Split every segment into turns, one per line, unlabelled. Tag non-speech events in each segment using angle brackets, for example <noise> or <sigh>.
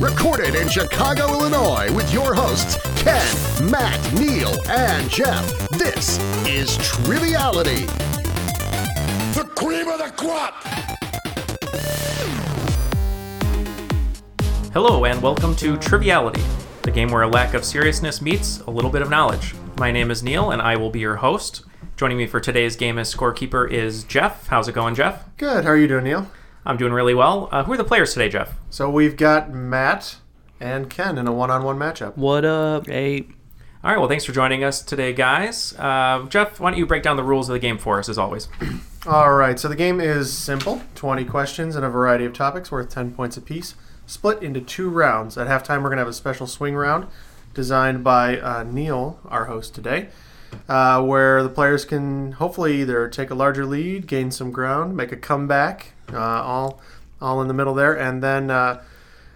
Recorded in Chicago, Illinois, with your hosts, Ken, Matt, Neil, and Jeff. This is Triviality. The cream of the crop!
Hello, and welcome to Triviality, the game where a lack of seriousness meets a little bit of knowledge. My name is Neil, and I will be your host. Joining me for today's game as scorekeeper is Jeff. How's it going, Jeff?
Good. How are you doing, Neil?
I'm doing really well. Uh, who are the players today, Jeff?
So we've got Matt and Ken in a one-on-one matchup.
What up, hey?
All right, well, thanks for joining us today, guys. Uh, Jeff, why don't you break down the rules of the game for us, as always?
All right. So the game is simple: 20 questions and a variety of topics worth 10 points apiece, split into two rounds. At halftime, we're gonna have a special swing round designed by uh, Neil, our host today, uh, where the players can hopefully either take a larger lead, gain some ground, make a comeback, uh, all all in the middle there, and then. Uh,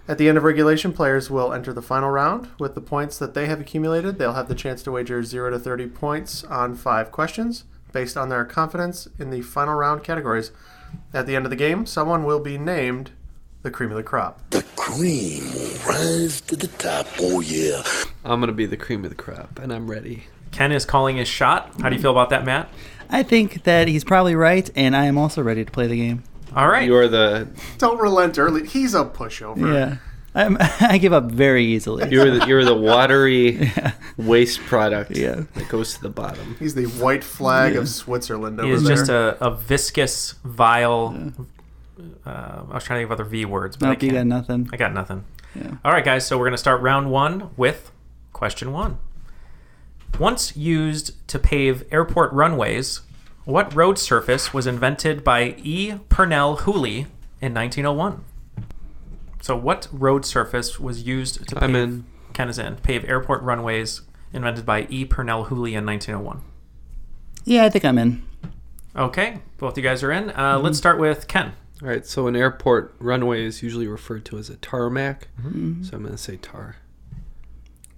At the end of regulation, players will enter the final round. With the points that they have accumulated, they'll have the chance to wager 0 to 30 points on five questions based on their confidence in the final round categories. At the end of the game, someone will be named the cream of the crop.
The cream will rise to the top, oh yeah.
I'm gonna be the cream of the crop, and I'm ready.
Ken is calling his shot. How do you feel about that, Matt?
I think that he's probably right, and I am also ready to play the game.
All right.
You are the
Don't relent early. He's a pushover.
Yeah, I'm, <laughs> I give up very easily.
you are the you are
<laughs>
the watery waste product
Yeah.
that goes to the bottom.
He's the white flag of Switzerland over
He is
there.
just a, a viscous, vile. Uh, I was trying to think of other V words, but I
Nope, you
can't.
got nothing.
I got nothing. All right, guys. So we're going to start round one with question one. Once used to pave airport runways, what road surface was invented by E. Purnell Hooley in 1901? So, what road surface was used to
I'm
pave,
in.
Ken is in, pave airport runways invented by E. Purnell Hooley in 1901?
Yeah, I think I'm in.
Okay, both you guys are in. Uh,
Mm-hmm.
Let's start with Ken.
All right, so an airport runway is usually referred to as a tarmac,
Mm-hmm.
so I'm gonna say tar.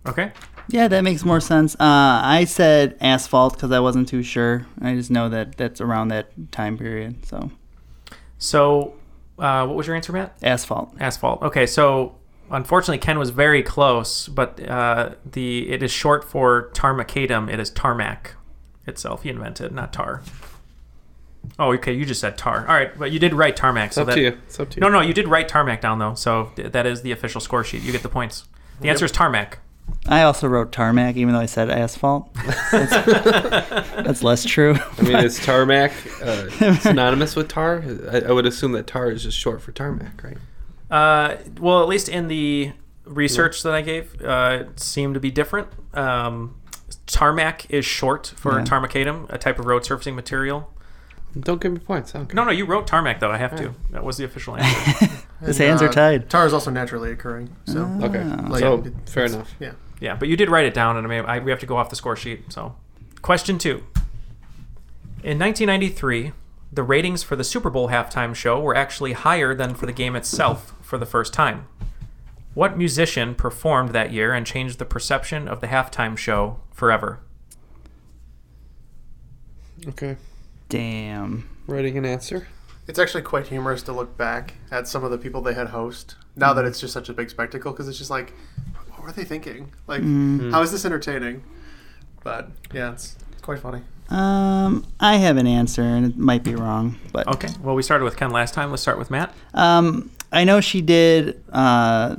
Okay.
Yeah, that makes more sense. Uh, I said asphalt because I wasn't too sure. I just know that that's around that time period. So
So, uh, what was your answer, Matt?
asphalt.
asphalt. Okay, so unfortunately, Ken was very close, but uh, the it is short for tarmacatum. It is tarmac itself. He invented, not tar. Oh, okay. You just said tar. All right, but you did write tarmac.
It's
so
up
that,
to you. It's up to you.
No, no, you did write tarmac down though. So th- that is the official score sheet. You get the points. The answer is tarmac.
I also wrote tarmac, even though I said
<laughs>
asphalt. That's, that's less true.
I mean, is tarmac uh,
<laughs>
synonymous with tar? I, I would assume that tar is just short for tarmac, right?
Uh, well, at least in the research that I gave, uh, it seemed to be different. Um, tarmac is short for tarmacatum, a type of road surfacing material.
Don't give me points. I don't care.
No, no, you wrote tarmac though. I have to. That was the official answer.
<laughs>
His hands
uh,
are tied. Ah.
Tar is uh, also naturally occurring. So,
Oh.
Okay,
like,
so
it-
fair enough.
yeah.
yeah, but you did write it down, and I mean, I, we have to go off the score sheet. So, question two. In 1993, the ratings for the Super Bowl halftime show were actually higher than for the game itself for the first time. What musician performed that year and changed the perception of the halftime show forever?
Okay,
Damn.
writing an answer.
It's actually quite humorous to look back at some of the people they had host now
Mm.
that it's just such a big spectacle because it's just like,
Mm.
what were they thinking? Like, how is this entertaining? But yeah, it's quite funny.
Um, I have an answer, and it might be wrong, but
Okay. Well, we started with Ken last time. Let's start with Matt.
Um, I know she did uh,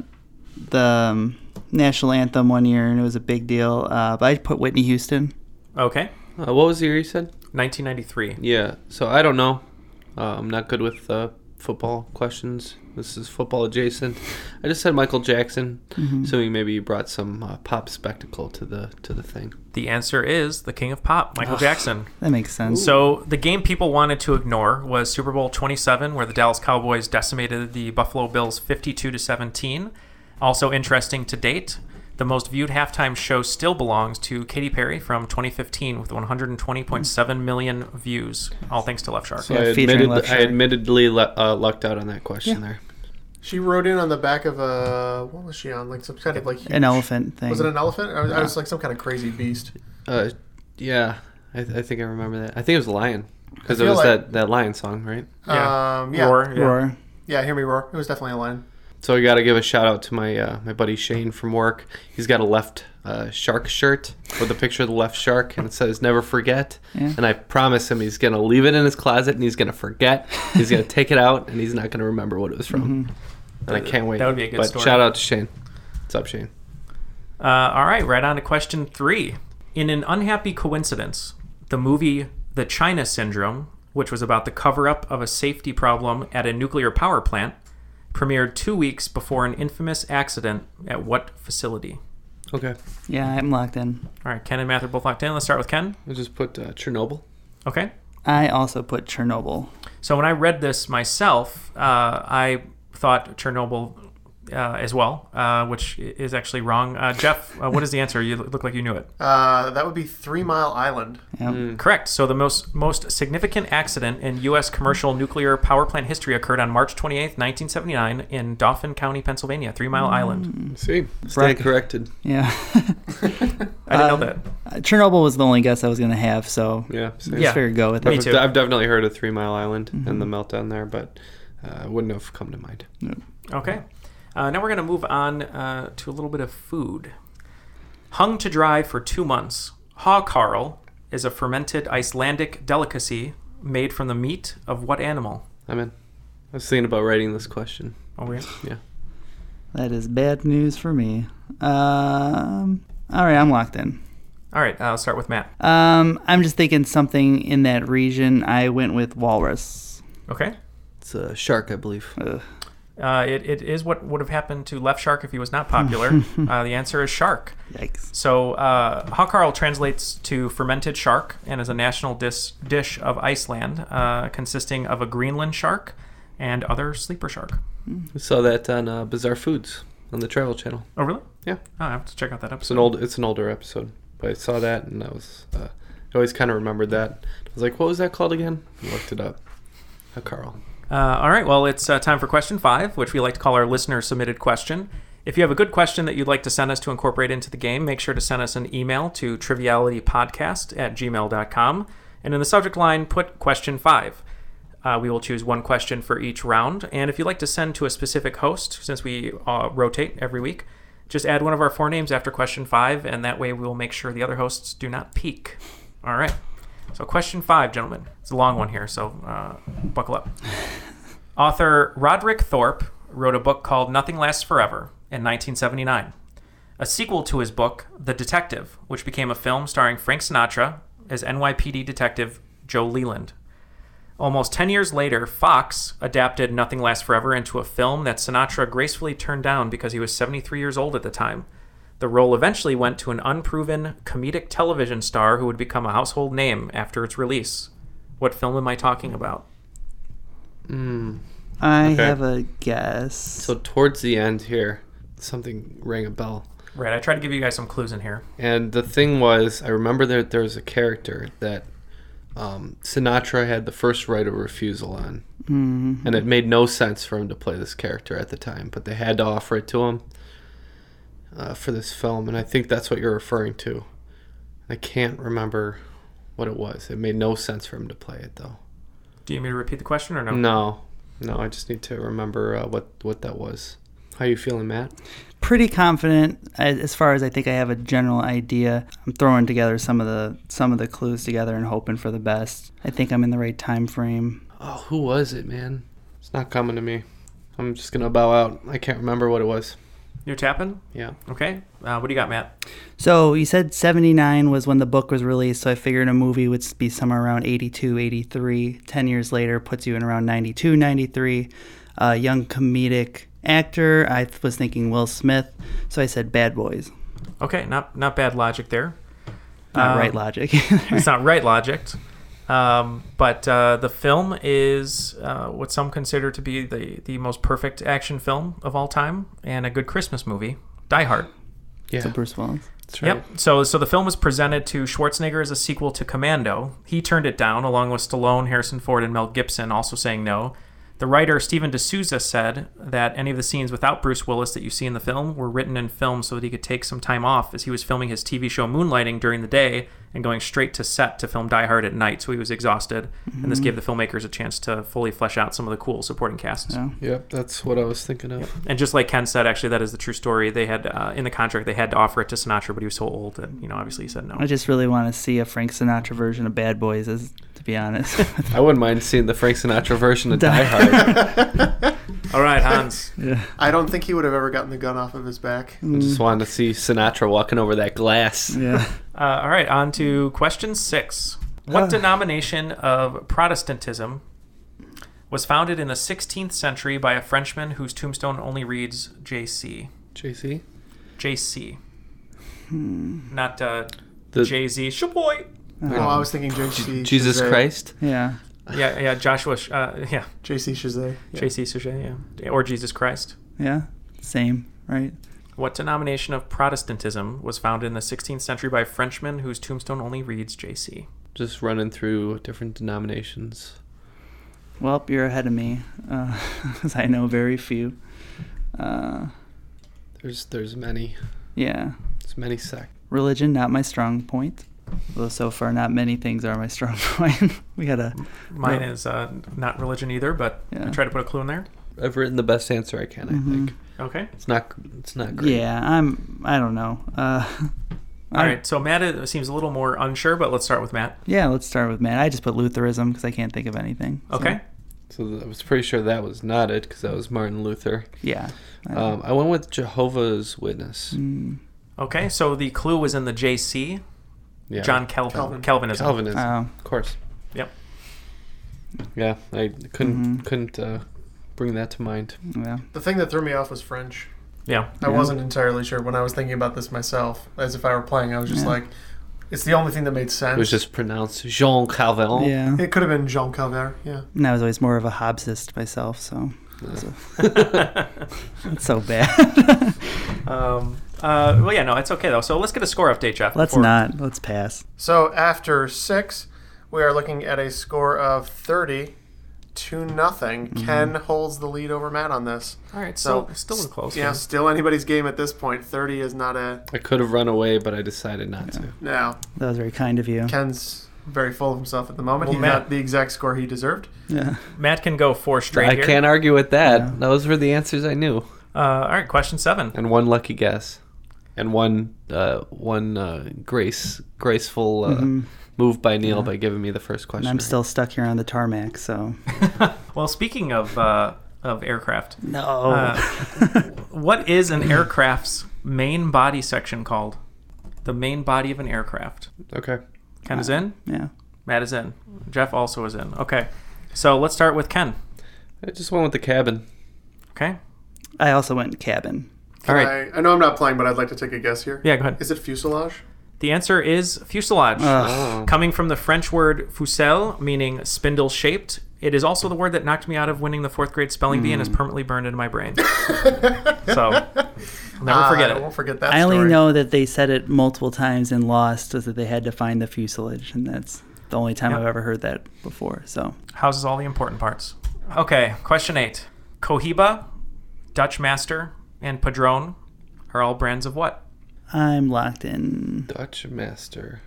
the um, national anthem one year, and it was a big deal. Uh, but I put Whitney Houston.
Okay.
Uh, what was the year you said?
1993.
Yeah. So I don't know. Uh, I'm not good with uh, football questions. This is football adjacent. I just said Michael Jackson,
Mm-hmm.
assuming maybe you brought some uh, pop spectacle to the to the thing.
The answer is the King of Pop, Michael Jackson.
That makes sense.
So the game people wanted to ignore was Super Bowl 27, where the Dallas Cowboys decimated the Buffalo Bills 52 to 17. Also interesting to date, the most viewed halftime show still belongs to Katy Perry from 2015 with 120.7 million views, all thanks to Left Shark.
So
Yeah,
I,
featuring
admitted,
Left
I
Shark.
admittedly le- uh, lucked out on that question there.
She rode in on the back of a what was she on? Like some kind of like huge,
an elephant thing.
Was it an elephant? I was, I was like some kind of crazy beast.
Uh, yeah, I, I think I remember that. I think it was Lion because it
feel
was
like-
that, that Lion song, right?
Yeah.
Um, yeah,
Roar, yeah.
Roar.
yeah. Hear me roar. It was definitely a lion.
So I got to give a shout out to my uh, my buddy Shane from work. He's got a left uh, shark shirt with a picture of the left shark, and it says "Never forget." And I promise him he's gonna leave it in his closet, and he's gonna forget. He's gonna take it out, and he's not gonna remember what it was from.
Mm-hmm.
And I can't wait.
That would be a good
but
story.
Shout out to Shane. What's up, Shane?
Uh, all right, right on to question three. In an unhappy coincidence, the movie The China Syndrome, which was about the cover up of a safety problem at a nuclear power plant, premiered two weeks before an infamous accident at what facility?
Okay,
Yeah, I'm locked in.
All right, Ken and Matt are both locked in. Let's start with Ken.
we'll just put uh, Chernobyl.
Okay.
I also put Chernobyl.
So when I read this myself, uh, I thought Chernobyl uh, as well, uh, which is actually wrong. Uh, Jeff, uh, what is the answer? You look like you knew it.
Uh, that would be Three Mile Island.
Hmm. Correct. So the most most significant accident in U.S. commercial nuclear power plant history occurred on March 28, 1979, in Dauphin County, Pennsylvania, Three Mile Island.
See, stand
Right.
corrected.
<laughs>
Yeah, Um,
I didn't know that.
Chernobyl was the only guess I was gonna have, so
Yeah, same.
Yeah.
let's fair go with Mm-hmm.
Me
it.
I've,
too.
I've definitely heard of Three Mile Island and the meltdown there, but uh, wouldn't have come to mind.
Okay. Uh, now we're going to move on uh, to a little bit of food. Hung to dry for two months, hogkarl is a fermented Icelandic delicacy made from the meat of what animal?
I'm in. I was thinking about writing this question.
Oh, yeah.
Yeah.
That is bad news for me. Um, all right, I'm locked in.
All right. I'll start with Matt.
Um, I'm just thinking something in that region. I went with walrus.
Okay.
It's a shark, I believe.
Uh, it, it is what would have happened to Left Shark if he was not popular. uh, the answer is shark.
Yikes.
So, uh, Hakarl translates to fermented shark and is a national dis- dish of Iceland, uh, consisting of a Greenland shark and other sleeper shark.
We saw that on uh, Bizarre Foods on the Travel Channel.
Oh, really?
Yeah,
Oh, I have to check out that
it's an
episode.
old, it's an older episode, but I saw that and I was, uh, I always kind of remembered that. I was like, what was that called again? I looked it up. A Carl.
Uh, all right, well, it's uh, time for question five, which we like to call our listener submitted question. If you have a good question that you'd like to send us to incorporate into the game, make sure to send us an email to trivialitypodcast at gmail.com. And in the subject line, put question five. Uh, we will choose one question for each round. And if you'd like to send to a specific host, since we uh, rotate every week, just add one of our four names after question five, and that way we will make sure the other hosts do not peek. All right. So, question five, gentlemen. It's a long one here, so uh, buckle up. <laughs> Author Roderick Thorpe wrote a book called Nothing Lasts Forever in 1979, a sequel to his book The Detective, which became a film starring Frank Sinatra as NYPD detective Joe Leland. Almost 10 years later, Fox adapted Nothing Lasts Forever into a film that Sinatra gracefully turned down because he was 73 years old at the time. The role eventually went to an unproven comedic television star who would become a household name after its release. What film am I talking about?
I
Hmm. Okay.
have a guess.
So towards the end here, something rang a bell.
Right, I tried to give you guys some clues in here.
And the thing was, I remember that there was a character that um, Sinatra had the first right of refusal on, and it made no sense for him to play this character at the time, but they had to offer it to him uh, for this film, and I think that's what you're referring to. I can't remember what it was. It made no sense for him to play it though.
Do you need me to repeat the question or no?
No, no, I just need to remember uh, what what that was. How you feeling, Matt?
pretty confident as as far as I think I have a general idea. I'm throwing together some of the some of the clues together and hoping for the best. I think I'm in the right time frame.
Oh, who was it, man? It's not coming to me. I'm just gonna bow out. I can't remember what it was.
You're tapping?
Yeah.
Okay. Uh, what do you got, Matt?
So you said 79 was when the book was released, so I figured a movie would be somewhere around 82, 83. 10 years later puts you in around 92, 93. Uh, young comedic actor, I th- was thinking Will Smith, so I said Bad Boys.
Okay, not not bad logic there.
Not
Uh,
right logic.
<laughs> It's not
<laughs>
right logic. Um, but uh, the film is uh, what some consider to be the, the most perfect action film of all time and a good Christmas movie, Die Hard.
Yeah.
so Bruce Willis.
That's right.
Yep. So so the film was presented to Schwarzenegger as a sequel to Commando. He turned it down, along with Stallone, Harrison Ford, and Mel Gibson also saying no. The writer Steven D'Souza said that any of the scenes without Bruce Willis that you see in the film were written in film so that he could take some time off as he was filming his TV show Moonlighting during the day and going straight to set to film Die Hard at night, so he was exhausted. And
Mm-hmm.
this gave the filmmakers a chance to fully flesh out some of the cool supporting casts.
Yep, that's what I was thinking of.
And just like Ken said, actually, that is the true story. They had uh, in the contract they had to offer it to Sinatra, but he was so old that you know obviously he said no.
I just really want to see a Frank Sinatra version of Bad Boys, as, to be honest. <laughs>
I wouldn't mind seeing the Frank Sinatra version
<laughs>
of Die Hard.
<laughs> All right, Hans.
I don't think he would have ever gotten the gun off of his back.
I
Mm.
Mm.
just wanted to see Sinatra walking over that glass.
yeah.
Uh, all right, on to question six. What
Uh.
denomination of Protestantism was founded in the 16th century by a Frenchman whose tombstone only reads JC?
JC?
JC. Not uh,
The
Jay Z. Shaboy.
Oh, I was thinking JC.
Jesus
Chazet.
Christ?
Yeah.
Yeah, yeah, Joshua. Sh- Uh, yeah,
JC Shazay.
JC Suchet, yeah. Or Jesus Christ.
Yeah. Same, right?
What denomination of Protestantism was founded in the 16th century by a Frenchman whose tombstone only reads JC?
<laughs> Just running through different denominations.
Well, you're ahead of me, <laughs> because I know very few. Uh,
There's there's many.
yeah.
There's many sects.
Religion, not my strong point. Though so far, not many things are my strong <laughs> point. we gotta.
Mine
No.
is uh, not religion either, but I
Yeah. Mm-hmm.
tried to put a clue in there.
I've written the best answer I can, I think.
Okay.
It's not it's not great.
Yeah, I'm. I don't know. Uh, <laughs>
All right, so Matt is, seems a little more unsure, but let's start with Matt.
yeah, let's start with Matt. I just put Lutheranism because I can't think of anything. so-
Okay.
So th- I was pretty sure that was not it because that was Martin Luther.
yeah.
Um, I went with Jehovah's Witness.
Mm.
Okay, so the clue was in the JC,
Yeah.
John Calvin,
Calvin.
Calvinism.
Calvinism,
Oh.
of course.
Yep.
Yeah, I couldn't couldn't uh, bring that to mind.
Mm-hmm. Yeah.
The thing that threw me off was French.
Yeah.
I wasn't entirely sure when I was thinking about this myself. As if I were playing, I was just like, it's the only thing that made sense.
It was just pronounced Jean Calvin.
Yeah.
It could have been Jean Calvert. Yeah.
And I was always more of a Hobbesist myself, so. so- <laughs> That's so bad.
Um, uh, well, yeah, no, it's okay, though. So let's get a score update, Jeff.
Let's
before-
not. Let's pass.
So after six, we are looking at a score of thirty to nothing. Ken holds the lead over Matt on this.
All right,
So
so still in close.
Yeah,
Yeah.
still anybody's game at this point. Thirty is not a
I could have run away, but I decided not to.
no.
That was very kind of you.
Ken's very full of himself at the moment.
Well,
he
Matt-
got the exact score he deserved.
Yeah.
Matt can go four straight
I
here.
can't argue with that. Those were the answers I knew,
Uh, all right, question seven.
and one lucky guess, and one uh, one uh, grace graceful uh, move by Neil by giving me the first question.
Mm-hmm. And I'm
right.
still stuck here on the tarmac, so.
Well, speaking of uh, of aircraft, uh,
No.
what is an aircraft's main body section called? The main body of an aircraft.
okay.
Ken is in.
Uh, yeah.
Matt is in. Jeff also is in. Okay. So let's start with Ken.
I just went with the cabin.
Okay.
I also went cabin.
All right.
I, I know I'm not playing, but I'd like to take a guess here.
Yeah, go ahead.
Is it fuselage?
The answer is fuselage. Coming from the French word "fusel," meaning spindle shaped, it is also the word that knocked me out of winning the fourth grade spelling bee and is permanently burned into my brain. so, I'll <laughs> never
Ah,
forget
Oh. Uh, I
it.
won't forget that.
I only
story.
know that they said it multiple times in Lost, is that they had to find the fuselage, and that's the only time I've ever heard that before. So
Houses all the important parts. Okay, question eight. Cohiba, Dutch Master, and Padron are all brands of what?
I'm locked in.
Dutch master.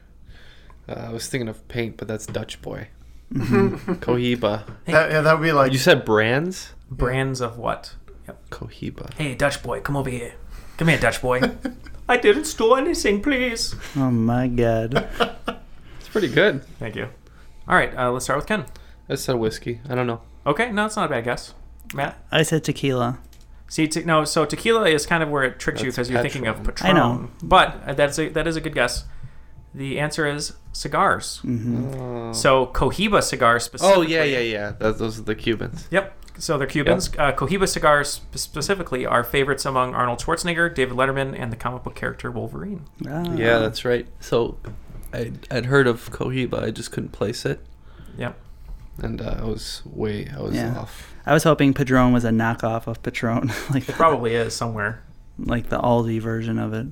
Uh, I was thinking of paint, but that's Dutch boy. Cohiba.
Mm-hmm.
<laughs>
That, yeah, that would be like
You said brands?
Brands of what?
Cohiba.
Hey, Dutch boy, come over here. Come here,
<laughs>
Dutch boy. I didn't steal anything, please.
Oh my
<laughs>
god.
It's pretty good.
Thank you. All right, uh, let's start with Ken.
I said whiskey. I don't know.
Okay, no, it's not a bad guess. Matt,
I said tequila.
see, te- no, so tequila is kind of where it tricks you because you're thinking of Patron.
I know.
but uh, that's a, that is a good guess. The answer is cigars. Mm-hmm. So Cohiba cigars
Oh
specifically.
yeah, yeah, yeah. That, those are the Cubans.
Yep. So they're Cubans. Uh, Cohiba cigars sp- specifically are favorites among Arnold Schwarzenegger, David Letterman, and the comic book character Wolverine.
Ah.
Yeah, that's right. So, I I'd heard of Cohiba. I just couldn't place it,
Yep.
and uh, I was way I was
Yeah.
off.
I was hoping Padron was a knockoff of Patron, <laughs> like
Probably is somewhere.
like the Aldi version of it.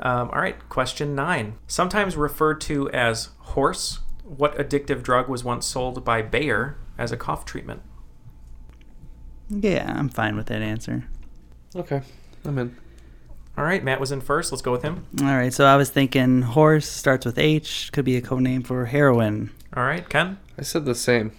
Um, all right, question nine. Sometimes referred to as horse, what addictive drug was once sold by Bayer as a cough treatment?
Yeah, I'm fine with that answer.
Okay, I'm in.
All right, Matt was in first. Let's go with him.
All right, so I was thinking horse starts with H, could be a code name for heroin.
All right, Ken.
I said the same.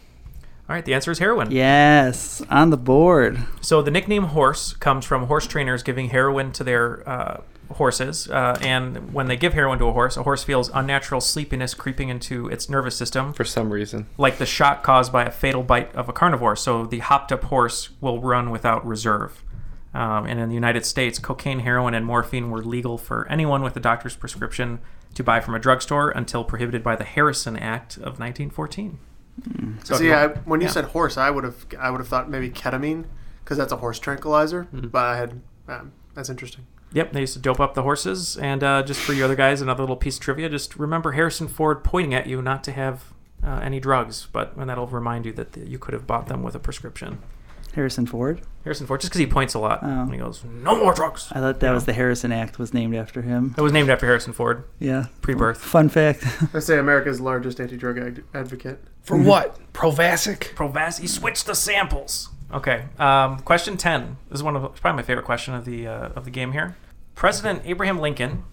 All right, the answer is heroin.
Yes, on the board.
So the nickname horse comes from horse trainers giving heroin to their uh, horses, uh, and when they give heroin to a horse, a horse feels unnatural sleepiness creeping into its nervous system,
For some reason,
like the shock caused by a fatal bite of a carnivore. So the hopped up horse will run without reserve. Um, and in the United States, cocaine, heroin, and morphine were legal for anyone with a doctor's prescription to buy from a drugstore until prohibited by the Harrison Act of 1914. So
See, I, when you
yeah.
said horse, I would have I would have thought maybe ketamine because that's a horse tranquilizer.
Mm-hmm.
But I had um, that's interesting. <laughs>
Yep, they used to dope up the horses. And uh, just for you other guys, another little piece of trivia: just remember Harrison Ford pointing at you not to have uh, any drugs, but and that'll remind you that you could have bought them with a prescription.
Harrison Ford.
Harrison Ford, just because he points a lot,
Oh.
and he goes, "No more drugs."
I thought that was the Harrison Act was named after him.
It was named after Harrison Ford,
Yeah.
pre-birth.
Fun fact. <laughs>
I say America's largest anti-drug ad- advocate.
for what? Provasic.
Provas, he switched the samples. Okay, um, question ten. This is one of it's probably my favorite question of the uh, of the game here. President Abraham Lincoln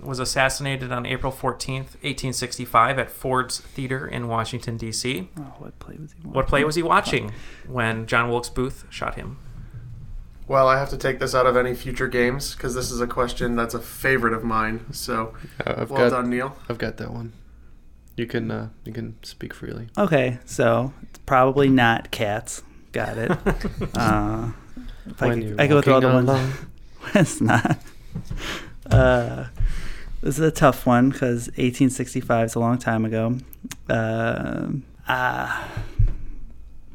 was assassinated on April 14th, 1865, at Ford's Theater in Washington, D.C.
oh, what play was he?
What play was he watching when John Wilkes Booth shot him?
Well, I have to take this out of any future games because this is a question that's a favorite of mine.
<laughs>
So,
Uh, I've
well
got
done, Neil.
I've got that one. You can uh, you can speak freely.
Okay, so it's probably not cats. Got
<laughs>
it. uh, if I,
When
could,
you're
I could go through all the
walking
ones. <laughs> it's not. Uh, this is a tough one because 1865 is a long time ago. Uh, ah,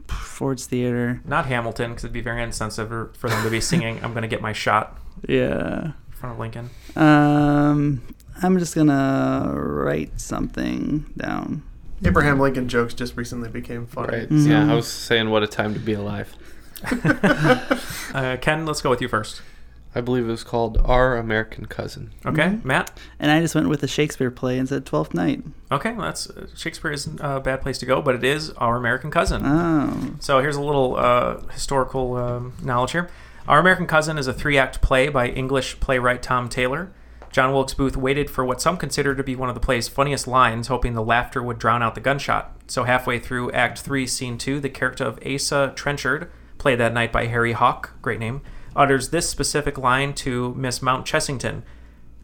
Ford's Theater.
Not Hamilton, because it'd be very insensitive for- for them to be singing "I'm going to get my shot"
Yeah.
in front of Lincoln.
Um, I'm just gonna write something down.
Abraham Lincoln jokes just recently became funny.
Right.
Mm-hmm.
Yeah, uh, I was saying what a time to be alive.
<laughs> Uh, Ken, let's go with you first.
I believe it was called Our American Cousin.
Okay,
Mm-hmm.
Matt.
And I just went with the Shakespeare play and said Twelfth Night.
Okay, well, that's uh, Shakespeare isn't a bad place to go, but it is our American cousin.
Oh,
So here's a little uh, historical um, knowledge here. Our American Cousin is a three act play by English playwright Tom Taylor. John Wilkes Booth waited for what some consider to be one of the play's funniest lines, hoping the laughter would drown out the gunshot. So halfway through Act 3, Scene 2, the character of Asa Trenchard, played that night by Harry Hawk, great name, utters this specific line to Miss Mount Chessington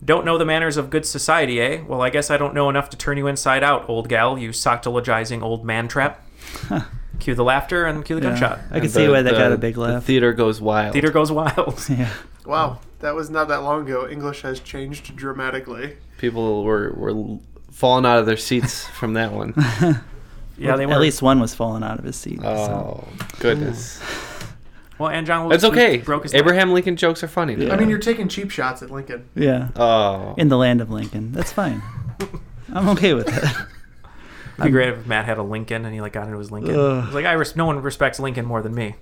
Don't know the manners of good society, eh? Well, I guess I don't know enough to turn you inside out, old gal, you soctologizing old man trap. cue the laughter and cue the gunshot.
I can
And
see
the-
why that
the-
got a big
the
laugh.
theater goes wild.
Theater goes wild.
<laughs> yeah.
Wow, that was not that long ago. English has changed dramatically.
People were were falling out of
<laughs>
their seats from that one.
Yeah, they were.
At least one was falling out of his seat. so.
Oh goodness.
Well, and John Wilkes
That's
Booth
okay.
Oh, broke his
Abraham Lincoln jokes are funny.
Yeah.
I mean, you're taking cheap shots at Lincoln.
Yeah.
Oh.
In the land of Lincoln. That's
<laughs>
fine. I'm okay with that.
It'd be great if Matt had a Lincoln and he like got into his Lincoln.
Ugh.
He's like, I res- no one respects Lincoln more than me.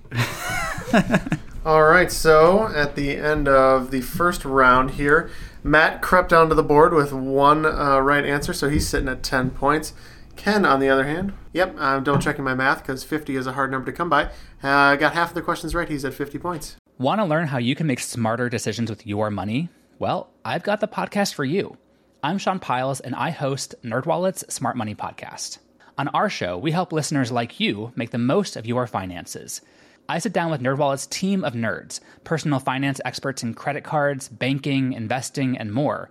All right, so at the end of the first round here, Matt crept onto the board with one uh, right answer, so he's sitting at 10 points. Ken, on the other hand, yep, I'm double checking my math because 50 is a hard number to come by. Uh, got half of the questions right. He's at 50 points.
Want to learn how you can make smarter decisions with your money? Well, I've got the podcast for you. I'm Sean Piles and I host NerdWallet's Smart Money Podcast. On our show, we help listeners like you make the most of your finances. I sit down with NerdWallet's team of nerds, personal finance experts in credit cards, banking, investing, and more.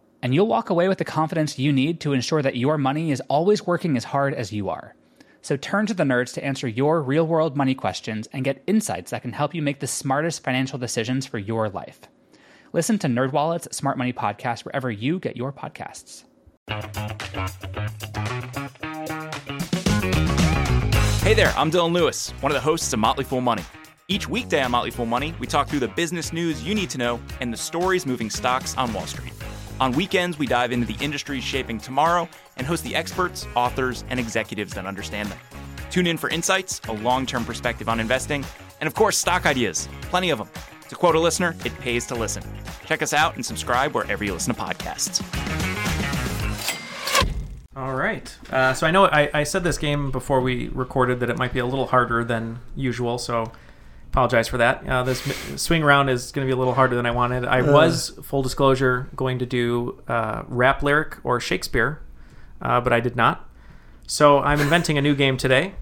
And you'll walk away with the confidence you need to ensure that your money is always working as hard as you are. So turn to the nerds to answer your real world money questions and get insights that can help you make the smartest financial decisions for your life. Listen to NerdWallet's Smart Money Podcast wherever you get your podcasts.
Hey there, I'm Dylan Lewis, one of the hosts of Motley Fool Money. Each weekday on Motley Fool Money, we talk through the business news you need to know and the stories moving stocks on Wall Street. On weekends, we dive into the industries shaping tomorrow and host the experts, authors, and executives that understand them. Tune in for insights, a long term perspective on investing, and of course, stock ideas. Plenty of them. To quote a listener, it pays to listen. Check us out and subscribe wherever you listen to podcasts.
All right. Uh, so I know I, I said this game before we recorded that it might be a little harder than usual. So apologize for that. Uh, this m- swing round is going to be a little harder than I wanted. I was full disclosure going to do uh, rap lyric or Shakespeare, uh, but I did not. So I'm inventing a new game today.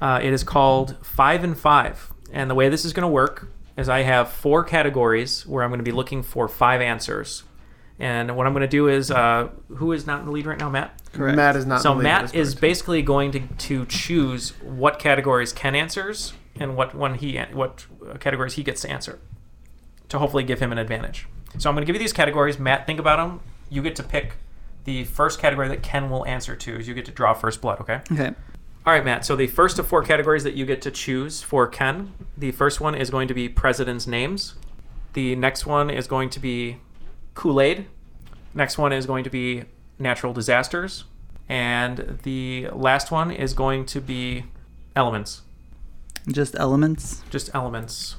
Uh, it is called Five and Five, and the way this is going to work is I have four categories where I'm going to be looking for five answers. And what I'm going to do is, uh, who is not in the lead right now, Matt?
Matt is not.
So
in the lead,
Matt
that's
is
correct.
basically going to, to choose what categories Ken answers and what one he what categories he gets to answer to hopefully give him an advantage. So I'm going to give you these categories. Matt, think about them. You get to pick the first category that Ken will answer to. Is you get to draw first blood. Okay.
Okay.
All right, Matt. So the first of four categories that you get to choose for Ken. The first one is going to be presidents' names. The next one is going to be Kool Aid. Next one is going to be natural disasters. And the last one is going to be elements.
Just elements.
Just elements.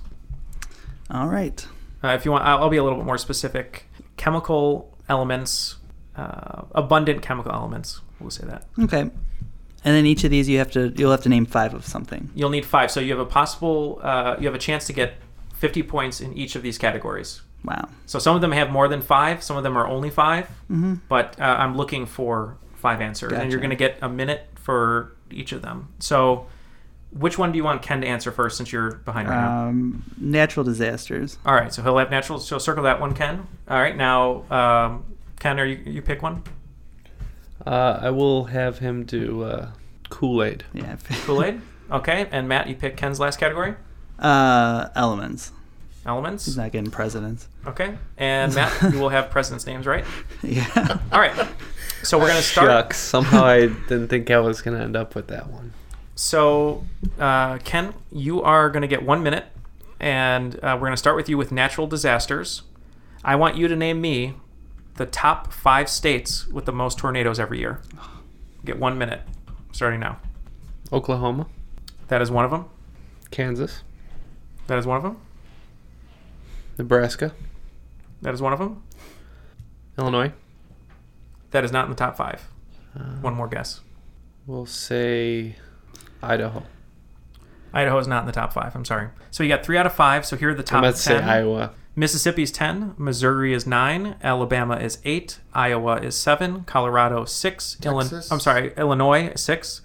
All right.
Uh, if you want, I'll, I'll be a little bit more specific. Chemical elements, uh, abundant chemical elements. We'll say that.
Okay. And then each of these you have to you'll have to name five of something.
You'll need five. So you have a possible, uh, you have a chance to get 50 points in each of these categories.
Wow.
So some of them have more than five, some of them are only 5 But uh, I'm looking for five answers, and you're
Mm-hmm. Gotcha.
going to get a minute for each of them. So, which one do you want Ken to answer first, since you're behind right now?
Um, natural disasters.
All right, so he'll have natural. So circle that one, Ken. All right, now um, Ken, are you you pick one?
Uh, I will have him do uh, Kool Aid.
Yeah. <laughs>
Kool Aid. okay, and Matt, you pick Ken's last category,
Uh, elements.
elements.
Not getting presidents.
Okay, and Matt, you will have presidents' names, right?
Yeah.
All right.
<laughs>
So we're gonna start.
Shucks. Somehow I didn't think I was going to end up with that one.
So, uh, Ken, you are going to get one minute, and uh, we're going to start with you with natural disasters. I want you to name me the top five states with the most tornadoes every year. Get one minute, starting now.
Oklahoma,
That is one of them.
Kansas,
That is one of them.
Nebraska,
That is one of them.
Illinois.
That is not in the top five.
Uh,
One more guess.
We'll say Idaho.
Idaho is not in the top five. I'm sorry. So you got three out of five. So here are the top
I'm about to say
ten.
Iowa.
Mississippi is 10, Missouri is 9, Alabama is 8, Iowa is 7, Colorado 6, Illinois
Texas.
I'm sorry, Illinois 6,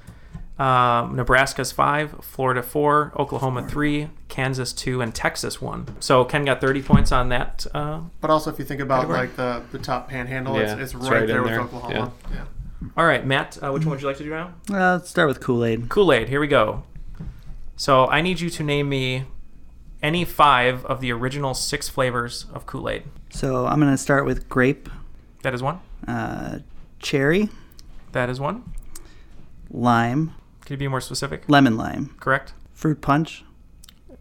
um, Nebraska is 5, Florida 4, Oklahoma 3, Kansas 2, and Texas 1. So Ken got 30 points on that. Uh,
But also, if you think about like the, the top panhandle, it's,
Yeah,
it's
it's
right,
right
there
in
with
there.
Oklahoma. Yeah.
all right, Matt, uh, which one would you like to do now?
Uh, let's start with Kool Aid.
Kool Aid, here we go. So I need you to name me any five of the original six flavors of Kool Aid.
So I'm gonna start with grape,
That is one.
uh, cherry,
That is one.
lime,
Can you be more specific?
lemon lime,
Correct?
fruit punch.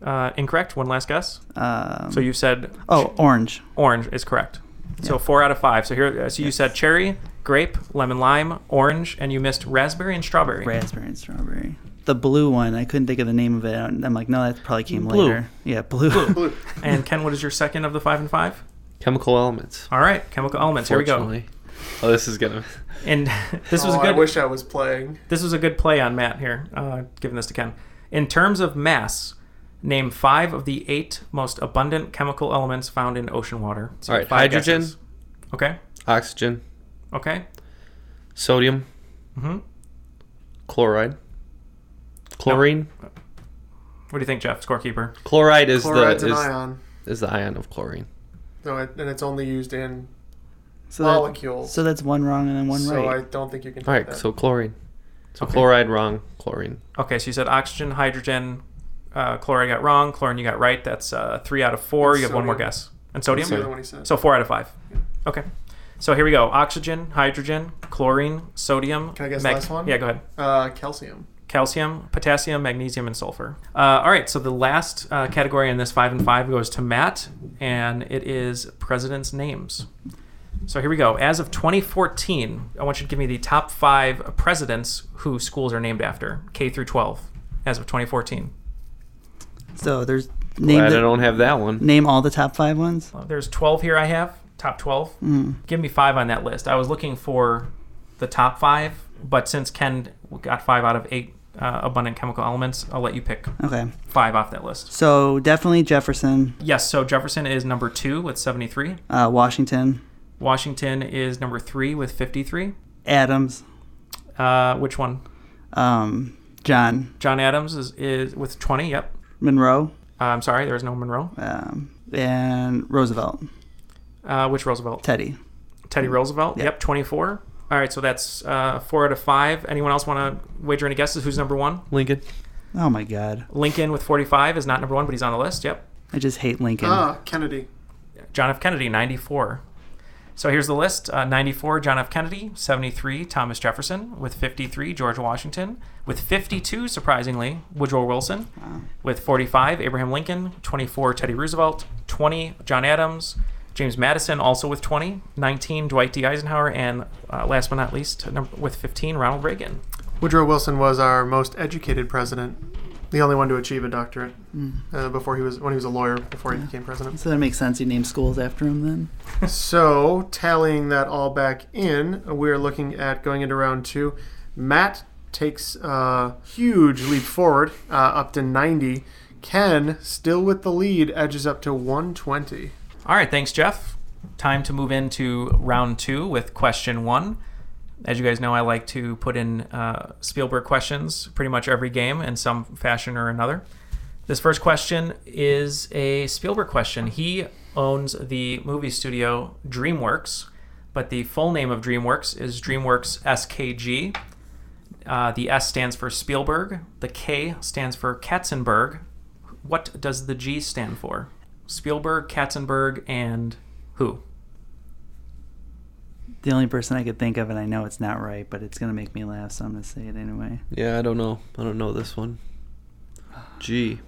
Uh, incorrect. One last guess.
Um,
So you said
oh, orange.
orange is correct. So four out of five. So here, uh, so you said cherry, grape, lemon lime, orange, and you missed raspberry and strawberry.
raspberry and strawberry. The blue one, I couldn't think of the name of it. I'm I'm like, no, that probably came
Blue.
<laughs> later. Yeah, blue.
Blue.
And Ken, what is your second of the five and five?
Chemical elements.
All right, chemical elements. Here we go.
fortunately. Oh, this is gonna.
And <laughs> this was
Oh,
a good.
I wish I was playing.
This was a good play on Matt here, uh, giving this to Ken. In terms of mass, name five of the eight most abundant chemical elements found in ocean water. So
All right,
five
hydrogen,
guesses. Okay,
oxygen,
okay.
sodium,
Mhm.
chloride, chlorine.
What do you think, Jeff, scorekeeper?
Chloride is
Chloride's
the
an
is,
ion.
is the ion of chlorine.
No, it, and it's only used in.
So
Molecules.
so that's one wrong and then one
so
right.
I don't think you can.
All right,
take that.
so chlorine. So chloride wrong, chlorine.
Okay, so you said oxygen, hydrogen, uh, chloride got wrong, chlorine you got right. That's uh, three out of four. you have one more
sodium.
guess. And sodium?
the other one he said.
So four out of five. Okay. So here we go. Oxygen, hydrogen, chlorine, sodium.
Can I guess last one?
Yeah, go ahead.
uh, calcium.
calcium, potassium, magnesium, and sulfur. Uh, all right, so the last uh, category in this five and five goes to Matt, and it is presidents' names. So here we go. As of 2014, I want you to give me the top five presidents who schools are named after, K through 12, as of 2014.
So there's name
Glad
the,
I don't have that one.
name all the top five ones.
Uh, There's 12 here I have, top 12.
Mm.
Give me five on that list. I was looking for the top five, but since Ken got five out of eight uh, abundant chemical elements, I'll let you pick
Okay.
five off that list.
So definitely Jefferson,
Yes, so Jefferson is number two with 73.
uh, Washington,
Washington is number three with 53.
Adams,
Uh, which one?
um, John
John Adams is, is with 20, yep.
Monroe,
Uh, I'm sorry, there is no Monroe.
um, and Roosevelt,
Uh, which Roosevelt?
Teddy.
Teddy Roosevelt, yep, 24. All right, so that's uh, four out of five. Anyone else want to wager any guesses? Who's number one?
Lincoln.
Oh my God,
Lincoln with 45 is not number one, but he's on the list, yep.
I just hate Lincoln.
Ah, Kennedy.
John F. Kennedy, 94. So here's the list uh, 94, John F. Kennedy, 73, Thomas Jefferson, with 53, George Washington, with 52, surprisingly, Woodrow Wilson, with 45, Abraham Lincoln, 24, Teddy Roosevelt, 20, John Adams, James Madison, also with 20, 19, Dwight D. Eisenhower, and uh, last but not least, number, with 15, Ronald Reagan.
Woodrow Wilson was our most educated president, the only one to achieve a doctorate uh, before he was when he was a lawyer before he became president.
Mm. So that makes sense. You name schools after him then.
<laughs> So tallying that all back in, we are looking at going into round two. Matt takes a huge leap forward, uh, up to 90. Ken, still with the lead, edges up to 120.
All right, thanks, Jeff. Time to move into round two with question one. As you guys know, I like to put in uh, Spielberg questions pretty much every game in some fashion or another. This first question is a Spielberg question. He owns the movie studio DreamWorks, but the full name of DreamWorks is DreamWorks SKG. Uh, the S stands for Spielberg, the K stands for Katzenberg. What does the G stand for? Spielberg, Katzenberg, and who?
The only person I could think of, and I know it's not right, but it's gonna make me laugh, so I'm gonna say it anyway.
Yeah, I don't know. I don't know this one. G.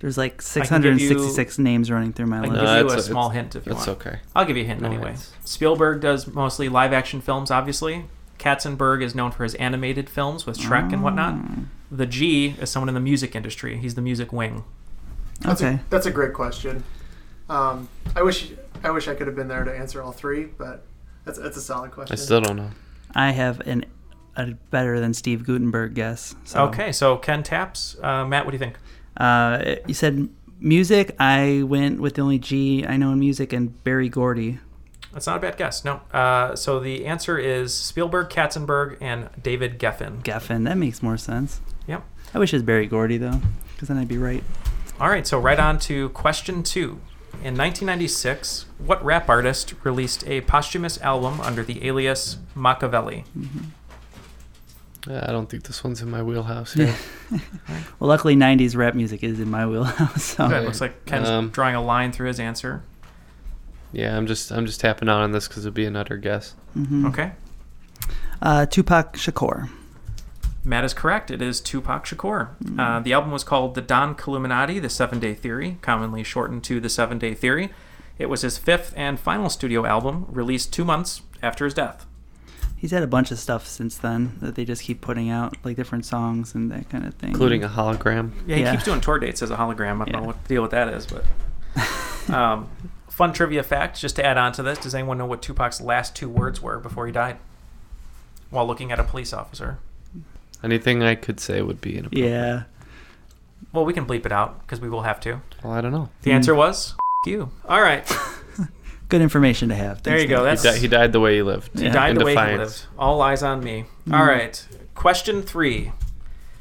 There's like
can give you-
666 names running through my
I
list.
No,
can give you a
it's-
small
it's-
hint if you
that's
want.
okay.
I'll give you a hint anyway.
it's-
Spielberg does mostly live action films, obviously. Katzenberg is known for his animated films with Shrek and whatnot.
Mm.
The G is someone in the music industry. He's the music wing.
That's
Okay.
A, that's a great question. Um, I wish I wish I could have been there to answer all three, but that's that's a solid question.
I still don't know.
I have an a better than Steve Gutenberg guess. So,
Okay, so Ken Taps. Uh, Matt, what do you think?
Uh, you said music. I went with the only G I know in music and Barry Gordy.
That's not a bad guess. No. Uh, so the answer is Spielberg, Katzenberg, and David Geffen.
Geffen. That makes more sense.
Yep.
I wish it was Barry Gordy though, because then I'd be right.
All right, so right on to question two. In 1996, what rap artist released a posthumous album under the alias Machiavelli?
Yeah, I don't think this one's in
<laughs>
my wheelhouse here.
Well, luckily '90s rap music is in my wheelhouse. <laughs> So
It looks like Ken's
Um,
drawing a line through his answer.
yeah, I'm just I'm just tapping out on this because it'd be an utter guess.
Okay.
Mm-hmm. uh, Tupac Shakur.
Matt is correct. It is Tupac Shakur. Uh, the album was called The Don Columinati, The Seven Day Theory, commonly shortened to The Seven Day Theory. It was his fifth and final studio album, released two months after his death.
He's had a bunch of stuff since then that they just keep putting out, like different songs and that kind of thing.
Including a hologram.
Yeah, he
Yeah.
keeps doing tour dates as a hologram. I don't know
Yeah.
what the deal with that is, but. Um, Fun trivia fact, just to add on to this, does anyone know what Tupac's last two words were before he died? While looking at a police officer.
Anything I could say would be inappropriate.
Yeah.
Well, we can bleep it out because we will have to.
Well, I don't know.
The answer was F- you. All right,
Good information to have.
there
Thanks,
you go.
He,
That's
di- he died the way he lived.
He died
In
the way he
defiance.
lived. All eyes on me. All right. Question three.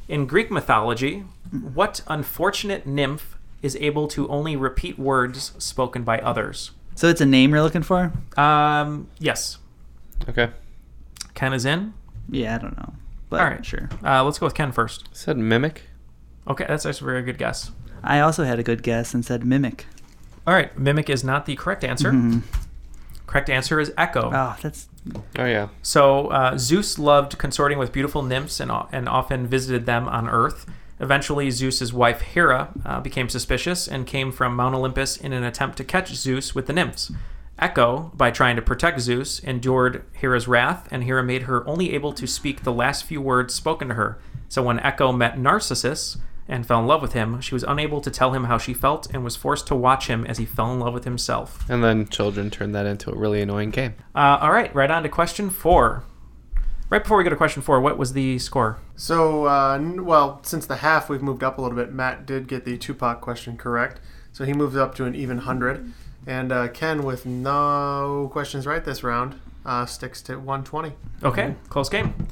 In Greek mythology, what unfortunate nymph is able to only repeat words spoken by others?
Nate. So it's a name you're looking for?
Um, yes.
Okay.
Ken is in.
Yeah, I don't know. But
All right.
sure.
Uh, let's go with Ken first.
Said mimic.
Okay, that's actually a very good guess.
I also had a good guess and said mimic.
All right, mimic is not the correct answer.
Mm-hmm.
Correct answer is echo.
Oh, that's
Oh yeah.
So uh, Zeus loved consorting with beautiful nymphs and, and often visited them on Earth. Eventually, Zeus's wife Hera uh, became suspicious and came from Mount Olympus in an attempt to catch Zeus with the nymphs. Echo, by trying to protect Zeus, endured Hera's wrath, and Hera made her only able to speak the last few words spoken to her. So when Echo met Narcissus and fell in love with him, she was unable to tell him how she felt and was forced to watch him as he fell in love with himself.
And then children turned that into a really annoying game.
Uh, all right, right on to question four. Right before we go to question four, what was the score?
So, uh, n- well, since the half, we've moved up a little bit. Matt did get the Tupac question correct, so he moves up to an even hundred. And uh, Ken, with no questions right this round, uh, sticks to 120.
Okay,
Mm-hmm.
close game.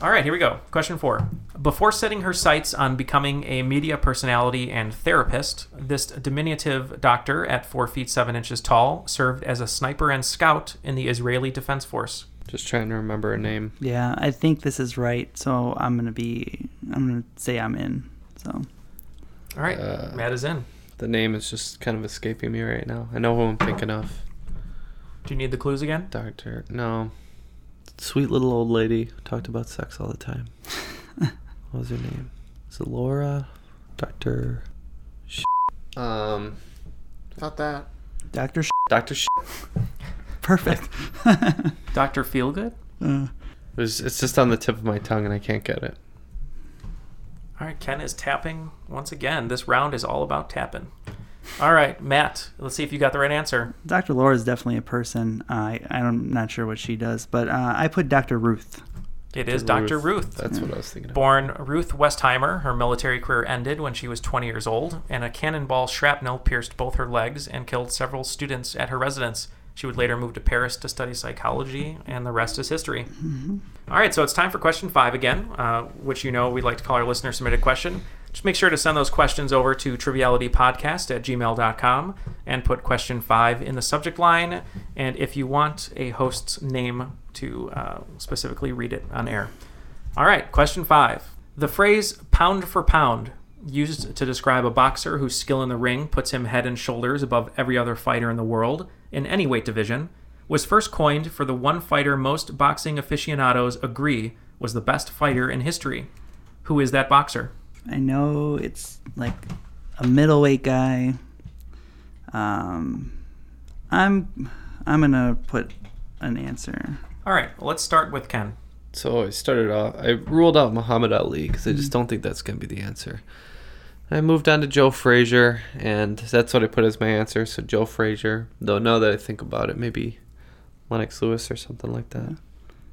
All right, here we go. Question four. Before setting her sights on becoming a media personality and therapist, this diminutive doctor at four feet seven inches tall served as a sniper and scout in the Israeli Defense Force.
Just trying to remember a name.
yeah, I think this is right. So I'm going to be I'm going to say I'm in. So
All right, Matt is in.
Uh, The name is just kind of escaping me right now. I know who I'm thinking of.
Do you need the clues again?
Doctor. No. Sweet little old lady talked about sex all the
<laughs>
time. what was her name? Is it Laura? Doctor. Um.
Not that.
Dr. Sh-
Doctor. Sh-
perfect.
Dr. Feelgood?
<laughs> Mm. it was, it's just on the tip of my tongue and I can't get it.
All right, Ken is tapping once again. This round is all about tapping. All right, Matt, let's see if you got the right answer.
Dr. Laura is definitely a person. I I'm not sure what she does, but uh, I put Dr. Ruth.
It is Dr. Ruth.
That's what I was thinking. Of.
Born Ruth Westheimer, her military career ended when she was 20 years old, and a cannonball shrapnel pierced both her legs and killed several students at her residence. She would later move to Paris to study psychology, and the rest is history. All right, so it's time for question five again, uh, which you know we like to call our listener submitted question. Just make sure to send those questions over to trivialitypodcast at gmail.com and put question five in the subject line. And if you want a host's name to uh, specifically read it on air. All right, question five. The phrase pound for pound, used to describe a boxer whose skill in the ring puts him head and shoulders above every other fighter in the world in any weight division, was first coined for the one fighter most boxing aficionados agree was the best fighter in history. Who is that boxer?
I know it's like a middleweight guy. Um, I'm I'm gonna put an answer.
All right, well, let's start with Ken.
So I started off. I ruled out Muhammad Ali because I
Hmm.
just don't think that's going to be the answer. I moved on to Joe Frazier, and that's what I put as my answer. So Joe Frazier. Though now that I think about it, maybe Lennox Lewis or something like that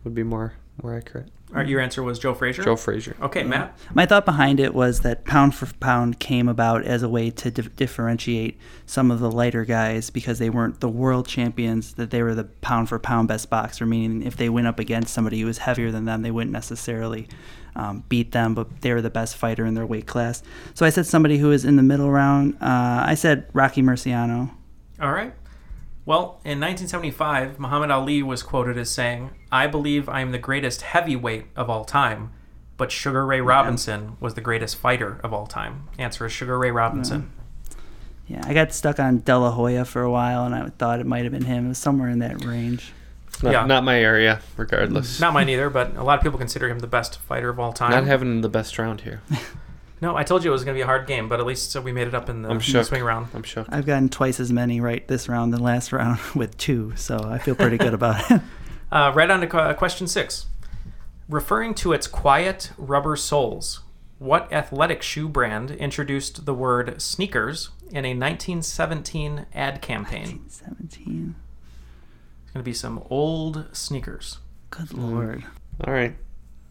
would be more more accurate.
All right, your answer was Joe Frazier.
Mm-hmm. Joe Frazier.
Okay, Matt.
My thought behind it was that pound for pound came about as a way to dif- differentiate some of the lighter guys because they weren't the world champions, that they were the pound for pound best boxer, meaning if they went up against somebody who was heavier than them, they wouldn't necessarily um, beat them, but they were the best fighter in their weight class. So I said somebody who is in the middle round. Uh, I said Rocky Marciano.
All right. Well, in 1975, Muhammad Ali was quoted as saying, I believe I am the greatest heavyweight of all time, but Sugar Ray Robinson was the greatest fighter of all time. Answer is Sugar Ray Robinson.
Yeah, I got stuck on De La Hoya for a while, and I thought it might have been him. It was somewhere in that range.
Not,
Yeah.
not my area, regardless.
Not mine either, but a lot of people consider him the best fighter of all time.
Not having the best round here.
no, I told you it was going to be a hard game, but at least uh, we made it up in the
I'm shook.
swing round.
I'm shook.
I've gotten twice as many right this round than last round <laughs> with two, so I feel pretty good about it.
<laughs> Uh, right on to qu- uh, question six. Referring to its quiet rubber soles, what athletic shoe brand introduced the word sneakers in a 1917 ad campaign.
17.
It's going to be some old sneakers.
Good lord.
Mm. All right.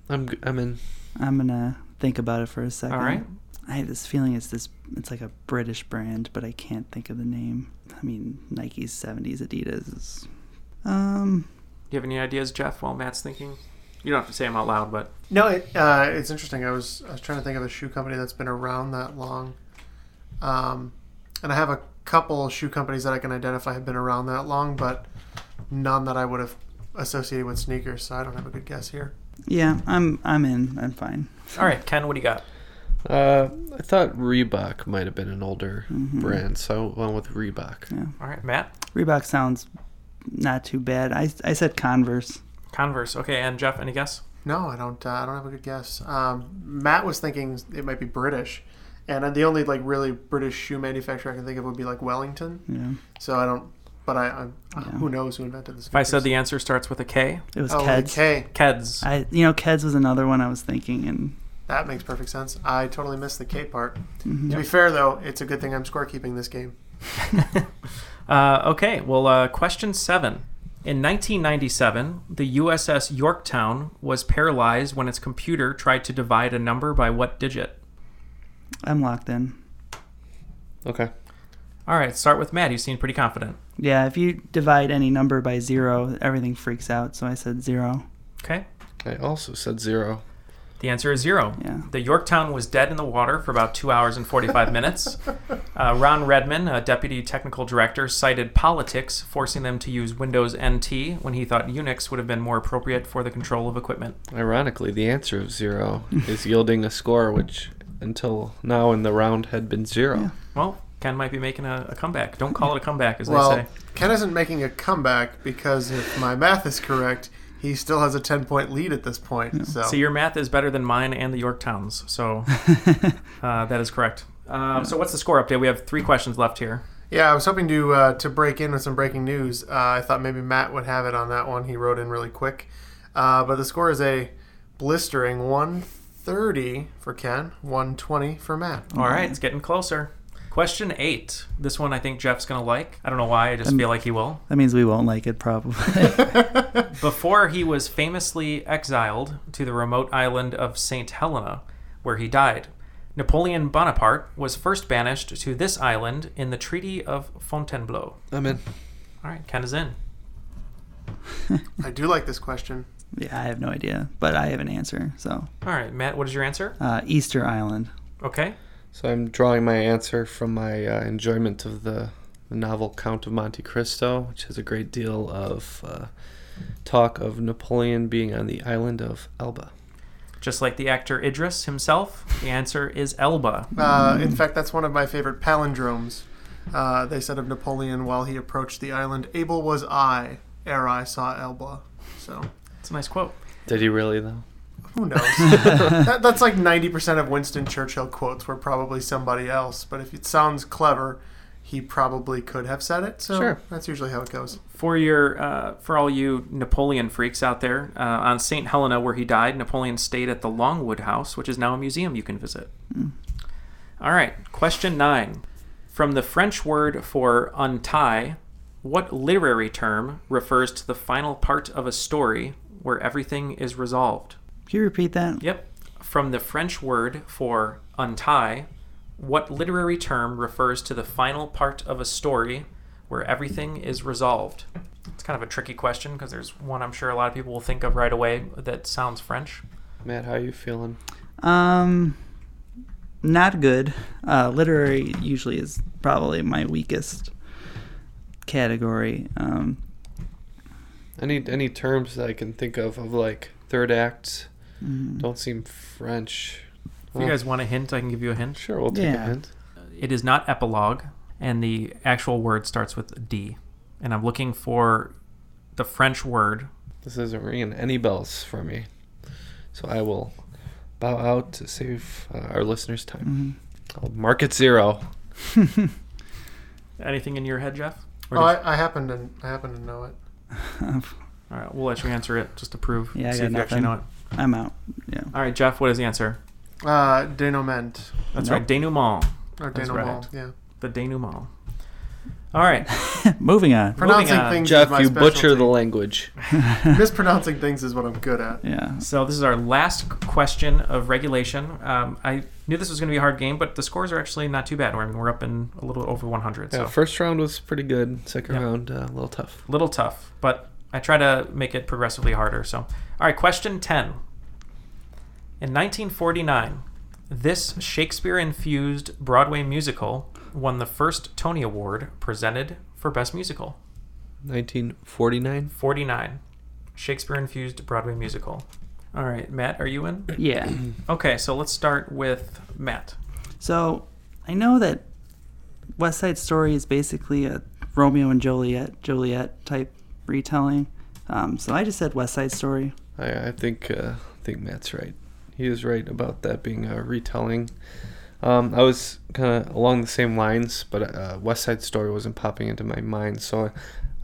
I'm g- I'm in.
I'm gonna think about it for a second.
All right.
I have this feeling it's this it's like a British brand, but I can't think of the name. I mean Nike's seventies, Adidas is um
Do you have any ideas, Jeff, while Matt's thinking? You don't have to say them out loud, but
No, it, uh, it's interesting. I was I was trying to think of a shoe company that's been around that long, um, and I have a couple shoe companies that I can identify have been around that long, but none that I would have associated with sneakers. So I don't have a good guess here.
yeah, I'm I'm in. I'm fine.
all right, Ken, what do you got?
Uh, I thought Reebok might have been an older brand, so I went with Reebok.
All right, Matt,
Reebok sounds not too bad. I I said Converse.
Converse. Okay, and Jeff, any guess?
No, I don't. Uh, I don't have a good guess. Um, Matt was thinking it might be British, and the only like really British shoe manufacturer I can think of would be like Wellington. Yeah. So I don't. But I, I who knows who invented this?
If I said the answer starts with a K,
It was
oh,
Keds.
okay,
Keds.
I you know Keds was another one I was thinking and
that makes perfect sense. I totally missed the K part. To be fair though, it's a good thing I'm scorekeeping this game.
Uh, okay, well, uh, question seven. In 1997, the USS Yorktown was paralyzed when its computer tried to divide a number by what digit?
I'm locked in.
Okay.
All right, start with Matt. You seem pretty confident.
Yeah, if you divide any number by zero, everything freaks out. So I said zero.
Okay.
I also said zero.
The answer is zero.
Yeah.
The Yorktown was dead in the water for about two hours and 45 minutes. Uh, Ron Redman, a deputy technical director, cited politics forcing them to use Windows NT when he thought Unix would have been more appropriate for the control of equipment.
Ironically, the answer of zero is yielding a score which, until now in the round, had been zero.
Well, Ken might be making a, a comeback. Don't call it a comeback, as
Well,
they say.
Ken isn't making a comeback because if my math is correct, he still has a 10 point lead at this point. So,
So your math is better than mine and the Yorktowns. So uh, that is correct. Um, so what's the score update? We have three questions left here.
yeah, I was hoping to uh, to break in with some breaking news. Uh, I thought maybe Matt would have it on that one. He wrote in really quick. Uh, but the score is a blistering 130 for Ken, 120 for Matt.
All right, it's getting closer. Question eight. This one I think Jeff's gonna like. I don't know why. I just feel like
<laughs>
he will.
That means we won't like it probably. <laughs>
Before he was famously exiled to the remote island of St. Helena, where he died, Napoleon Bonaparte was first banished to this island in the Treaty of Fontainebleau.
I'm in.
All right, Ken is in.
I do like this question.
yeah, I have no idea, but I have an answer. So
All right, Matt, what is your answer?
uh, Easter Island.
Okay.
So I'm drawing my answer from my uh, enjoyment of the, the novel Count of Monte Cristo, which has a great deal of uh, talk of Napoleon being on the island of Elba.
Just like the actor Idris himself, the answer is Elba.
Uh, in fact, that's one of my favorite palindromes. Uh, they said of Napoleon while he approached the island, Able was I ere I saw Elba. So.
It's a nice quote.
Did he really though?
Who knows? that, that's like 90% of Winston Churchill quotes were probably somebody else, but if it sounds clever, he probably could have said it. So
Sure.
that's usually how it goes.
For your, uh, for all you Napoleon freaks out there, uh, on St. Helena where he died, Napoleon stayed at the Longwood House, which is now a museum you can visit. All right, question nine. From the French word for untie, what literary term refers to the final part of a story where everything is resolved?
Can you repeat that?
Yep. From the French word for untie, what literary term refers to the final part of a story where everything is resolved? It's kind of a tricky question because there's one I'm sure a lot of people will think of right away that sounds French.
Matt, how you feeling?
Um, not good. Uh, literary usually is probably my weakest category. Um,
Any any terms that I can think of of like third acts don't seem French.
If you guys want a hint, I can give you a hint.
Sure, we'll take a
Yeah.
hint.
It is not epilogue, and the actual word starts with D. And I'm looking for the French word.
This isn't ringing any bells for me, so I will bow out to save uh, our listeners' time. I'll mark it zero.
Anything in your head, Jeff? Or
Oh,
did-
I, I happen to I happen to know it.
all right, we'll let you answer it just to prove.
Yeah, I
see
got
if you actually
nothing.
know it.
I'm out. Yeah.
All right, Jeff, what is the answer?
Uh, denouement
That's right, denouement.
or
That's
denouement.
right.
Yeah.
the denouement. All right.
<laughs> <laughs> Moving on.
Pronouncing
on.
things is
Jeff,
my
you butcher
specialty.
<laughs>
the language.
mispronouncing things is what I'm good at.
Yeah.
So this is our last question of regulation. Um, I knew this was going to be a hard game, but the scores are actually not too bad. We're, I mean, we're up in a little over 100, so
Yeah, first round was pretty good. Second round, uh, a little tough.
a little tough. But I try to make it progressively harder. So, all right, question 10. In 1949, this Shakespeare-infused Broadway musical won the first Tony Award presented for Best Musical.
1949.
49, Shakespeare-infused Broadway musical. All right, Matt, are you in?
Yeah.
Okay, so let's start with Matt.
So I know that West Side Story is basically a Romeo and Juliet, Juliet type retelling. Um, so I just said West Side Story.
I, I think uh, I think Matt's right. He is right about that being a retelling. Um, I was kind of along the same lines, but uh, West Side Story wasn't popping into my mind, so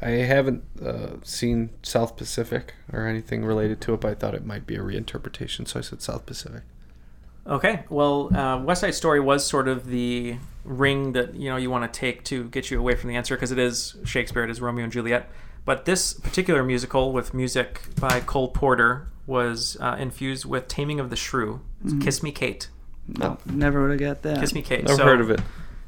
I, I haven't uh, seen South Pacific or anything related to it. But I thought it might be a reinterpretation, so I said South Pacific.
Okay, well, uh, West Side Story was sort of the ring that you know you want to take to get you away from the answer because it is Shakespeare, it is Romeo and Juliet. But this particular musical, with music by Cole Porter, was uh, infused with Taming of the Shrew, Kiss Me Kate,
No, never would have got that.
Kiss Me Kate.
Never
So-
heard of it.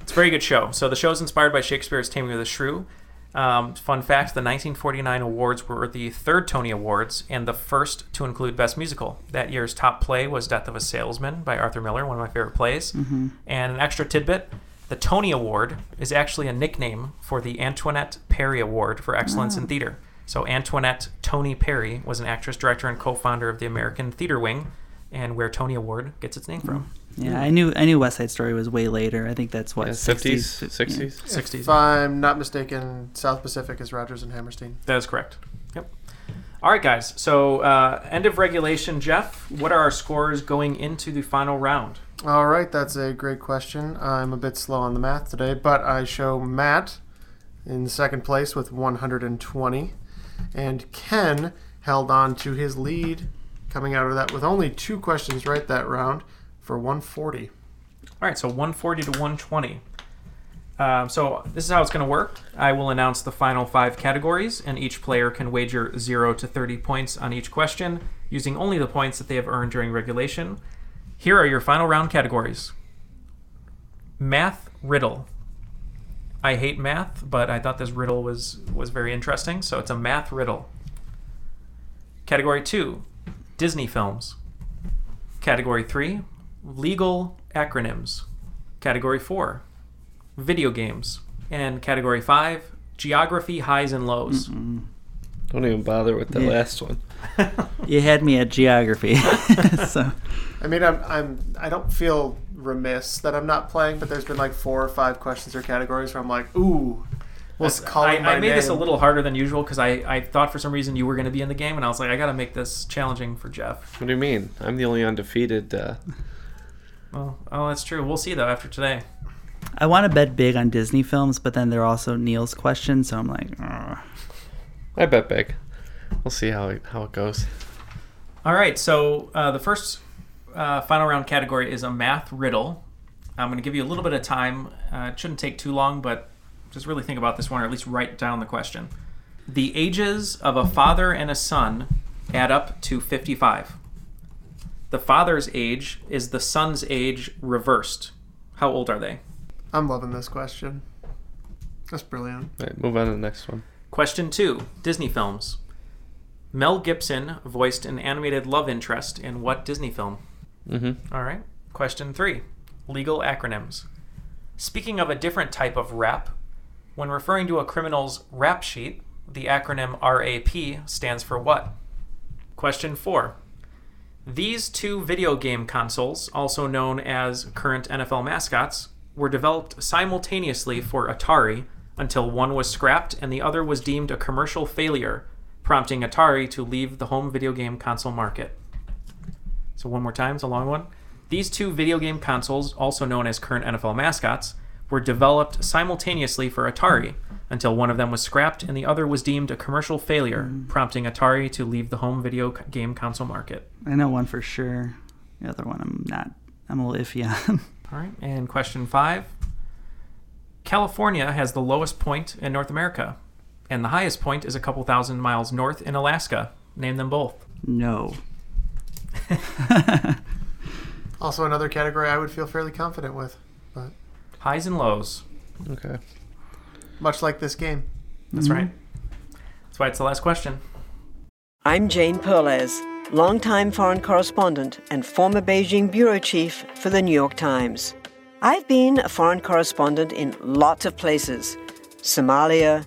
It's a very good show. So the show is inspired by Shakespeare's Taming of the Shrew. Um, fun fact: the 1949 awards were the third Tony Awards and the first to include Best Musical. That year's top play was *Death of a Salesman* by Arthur Miller, one of my favorite plays. And an extra tidbit: the Tony Award is actually a nickname for the Antoinette Perry Award for excellence in theater. So Antoinette Tony Perry was an actress, director, and co-founder of the American Theater Wing, and where Tony Award gets its name from.
Yeah, I knew I knew West Side Story was way later. I think that's what
Yeah,
60s,
50s,
yeah.
60s.
60s.
If I'm not mistaken, South Pacific is Rogers and Hammerstein.
That is correct. Yep. All right, guys. So uh, end of regulation, Jeff. What are our scores going into the final round?
All right, that's a great question. I'm a bit slow on the math today, but I show Matt in second place with 120, and Ken held on to his lead coming out of that with only two questions right that round for 140.
All right, so 140 to 120. Um, so this is how it's going to work. I will announce the final five categories, and each player can wager zero to 30 points on each question, using only the points that they have earned during regulation. Here are your final round categories: math riddle. I hate math, but I thought this riddle was was very interesting, so it's a math riddle. Category two: Disney films. Category 3 Legal Acronyms. Category 4 Video Games. And Category 5 Geography Highs and Lows.
Don't even bother with the last
<laughs>
one.
You had me at geography. so
I mean, I'm, I'm I don't feel remiss that I'm not playing, but there's been like four or five questions or categories where I'm like, ooh, well,
I, I made this a little harder than usual because I, I thought for some reason you were going to be in the game, and I was like, I got to make this challenging for Jeff.
What do you mean? I'm the only undefeated. Uh,
Well, oh, that's true. We'll see, though, after today.
I want to bet big on Disney films, but then they're also Neil's questions, so I'm like, "Ugh."
I bet big. We'll see how it, how it goes.
All right, so uh, the first uh, final round category is a math riddle. I'm going to give you a little bit of time. Uh, it shouldn't take too long, but just really think about this one, or at least write down the question. The ages of a father and a son add up to 55. The father's age is the son's age reversed. How old are they?
I'm loving this question. That's brilliant.
All right, move on to the next one.
Question two Disney films. Mel Gibson voiced an animated love interest in what Disney film? Mm-hmm. right. Question three Legal acronyms. Speaking of a different type of rap, when referring to a criminal's rap sheet, the acronym RAP stands for what? Question four These two video game consoles, also known as current NFL mascots, were developed simultaneously for Atari until one was scrapped and the other was deemed a commercial failure, prompting Atari to leave the home video game console market. So, one more time, it's a long one. These two video game consoles, also known as current NFL mascots, were developed simultaneously for Atari until one of them was scrapped and the other was deemed a commercial failure, prompting Atari to leave the home video c- game console market.
I know one for sure. The other one I'm not I'm a little iffy on. <laughs>
All right, and question five. California has the lowest point in North America, and the highest point is a couple thousand miles north in Alaska. Name them both.
No.
Also, another category I would feel fairly confident with, but
Highs and lows.
Okay.
much like this game.
That's right. That's why it's the last question.
I'm Jane Perlez, longtime foreign correspondent and former Beijing bureau chief for the New York Times. I've been a foreign correspondent in lots of places Somalia,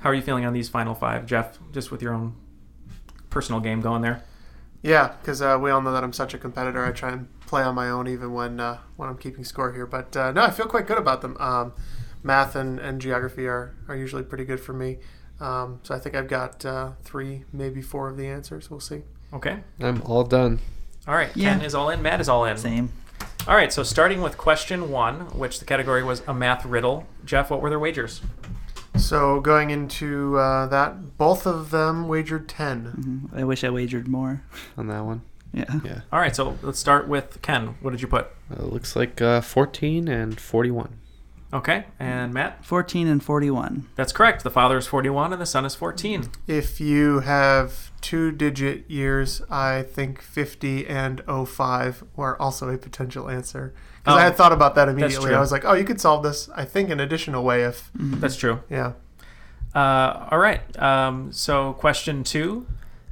How are you feeling on these final five, Jeff? Just with your own personal game going there.
Yeah, because uh, we all know that I'm such a competitor. I try and play on my own even when uh, when I'm keeping score here. But uh, no, I feel quite good about them. Um, math and, and geography are, are usually pretty good for me. Um, so I think I've got uh, three, maybe four of the answers. We'll see.
Okay.
I'm all done.
All right.
Yeah.
Ken is all in. Matt is all in.
Same.
All right. So starting with question one, which the category was a math riddle. Jeff, what were their wagers?
So going into uh, that, both of them wagered 10.
Mm-hmm. I wish I wagered more.
On that one.
Yeah.
Yeah.
All right. So let's start with Ken. What did you put?
Uh, looks like uh, 14 and 41.
Okay. And Matt?
14 and 41.
That's correct. The father is 41 and the son is 14.
If you have two digit years, I think 50 and 05 were also a potential answer.
Oh.
Because I had thought about that immediately.
true.
I was like, oh, you could solve this, I think, an additional way if.
Mm-hmm.
That's true.
Yeah.
Uh, all right. Um, so question two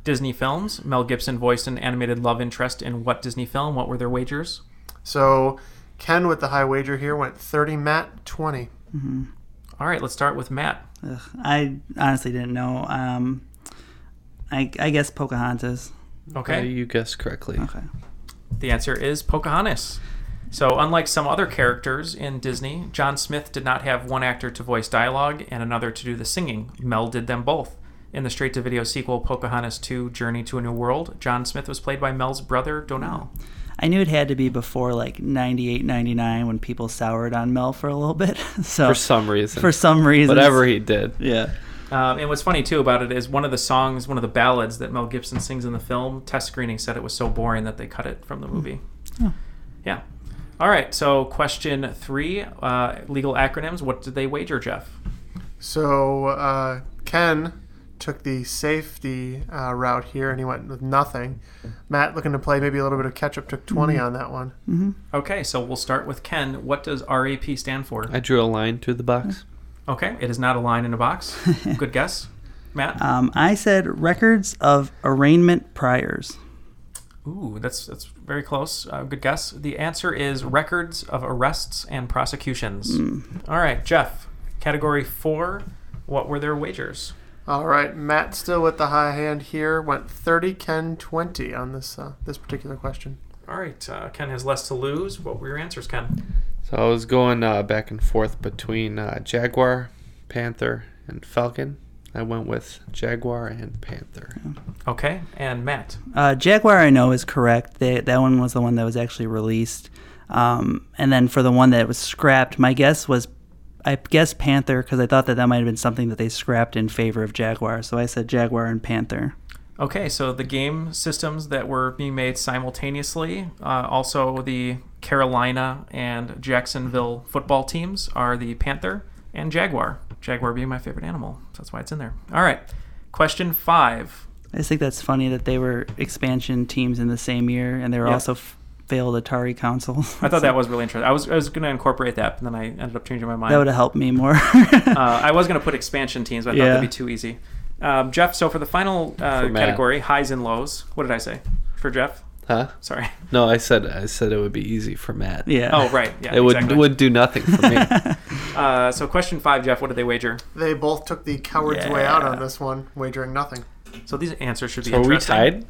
Disney films. Mel Gibson voiced an animated love interest in what Disney film? What were their wagers?
So Ken with the high wager here went 30, Matt 20.
Mm-hmm. All right. Let's start with Matt.
Ugh, I honestly didn't know. Um, I, I guess Pocahontas.
Okay.
Uh, you guessed correctly.
Okay.
The answer is Pocahontas. So, unlike some other characters in Disney, John Smith did not have one actor to voice dialogue and another to do the singing. Mel did them both. In the straight to video sequel Pocahontas 2 Journey to a New World, John Smith was played by Mel's brother Donal.
I knew it had to be before like 98, 99 when people soured on Mel for a little bit. <laughs> so
For some reason.
For some reason.
Whatever he did.
Yeah.
Um, and what's funny too about it is one of the songs, one of the ballads that Mel Gibson sings in the film, test screening said it was so boring that they cut it from
Hmm.
the movie.
Oh.
Yeah. All right, so question three uh, legal acronyms. What did they wager, Jeff?
So uh, Ken took the safety uh, route here and he went with nothing. Matt, looking to play maybe a little bit of catch up, took 20 on that one.
Mm-hmm.
Okay, so we'll start with Ken. What does RAP stand for?
I drew a line through the box.
Okay, it is not a line in
<laughs>
a box. Good guess. Matt?
Um, I said records of arraignment priors.
Ooh, that's that's very close. Uh, good guess. The answer is records of arrests and prosecutions. All right, Jeff. Category four. What were their wagers?
All right, Matt still with the high hand here. Went 30, Ken 20 on this uh, this particular question.
All right, uh, Ken has less to lose. What were your answers, Ken?
Hmm.
So I was going uh, back and forth between uh, Jaguar, Panther, and Falcon. I went with Jaguar and Panther.
Okay, and Matt.
Uh, Jaguar, I know, is correct. They, that one was the one that was actually released. Um, and then for the one that was scrapped, my guess was, I guess Panther, because I thought that that might have been something that they scrapped in favor of Jaguar. So I said Jaguar and Panther.
Okay, so the game systems that were being made simultaneously, uh, also the Carolina and Jacksonville football teams, are the Panther and Jaguar. Jaguar being my favorite animal, so that's why it's in there. All right, question five.
I just think that's funny that they were expansion teams in the same year, and they were
Yeah.
also f- failed Atari consoles.
I thought
<laughs>
that was really interesting. I was, I was going to incorporate that, but then I ended up changing my mind.
that would have helped me more.
<laughs> uh, I was going to put expansion teams, but I thought
Yeah.
that'd be too easy. Um, Jeff, so for the final uh,
For Matt.
category, highs and lows, what did I say for Jeff?
Huh?
Sorry.
<laughs> No, I said I said it would be easy for Matt.
Yeah. Oh, right. Yeah,
it would
exactly.
would do nothing for
<laughs>
me.
Uh, so question five, Jeff, what did they wager?
They both took the coward's way out
Yeah.
on this one, wagering nothing.
So these answers should be
so are we
interesting.
tied?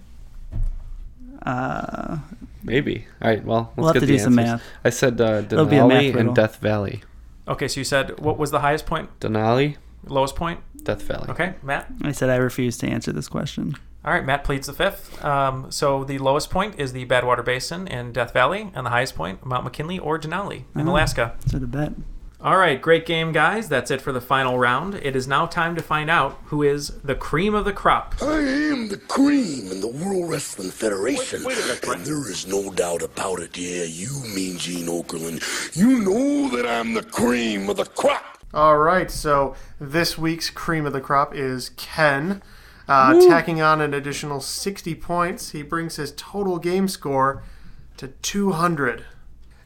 Uh,
Maybe. All right. Well, let's
We'll have
get
to
the
do some
answers.
math.
I said uh,
It'll be a math
Denali
riddle.
and Death Valley.
Okay, so you said what was the highest point,
Denali,
lowest point?
Death Valley.
Okay, Matt.
I said I refuse to answer this question.
All right, Matt pleads the fifth. Um, so the lowest point is the Badwater Basin in Death Valley, and the highest point, Mount McKinley or Denali in
Oh.
Alaska.
So the bet.
All right, great game, guys. That's it for the final round. It is now time to find out who is the cream of the crop.
I am the cream in the World Wrestling Federation. and there is no doubt about it. Yeah, you mean Gene Okerlund. You know that I'm the cream of the crop.
All right, so this week's cream of the crop is Ken. Uh,
Woo.
tacking on an additional 60 points, he brings his total game score to 200.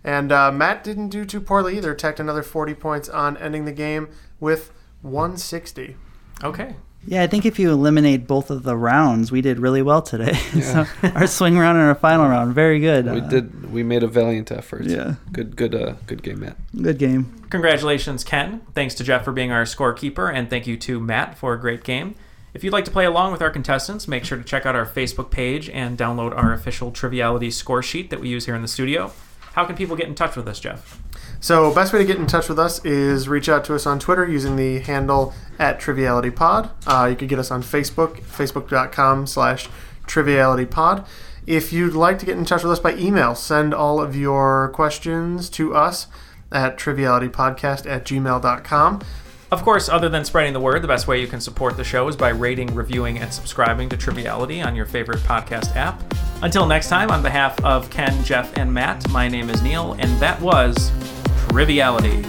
And uh, Matt didn't do too poorly either, tacked another 40 points on, ending the game with 160.
Okay.
Yeah, I think if you eliminate both of the rounds, we did really well today. <laughs> so our swing round and our final round, very good.
We
Uh,
did. We made a valiant effort.
Yeah.
Good. Good. Uh, good game, Matt.
Good game.
Congratulations, Ken. Thanks to Jeff for being our scorekeeper, and thank you to Matt for a great game. If you'd like to play along with our contestants, make sure to check out our Facebook page and download our official Triviality score sheet that we use here in the studio. How can people get in touch with us, Jeff?
So, best way to get in touch with us is reach out to us on Twitter using the handle at TrivialityPod. Uh, you could get us on Facebook, facebook.com slash TrivialityPod. If you'd like to get in touch with us by email, send all of your questions to us at TrivialityPodcast at gmail.com.
Of course, other than spreading the word, the best way you can support the show is by rating, reviewing, and subscribing to Triviality on your favorite podcast app. Until next time, on behalf of Ken, Jeff, and Matt, my name is Neil, and that was Triviality.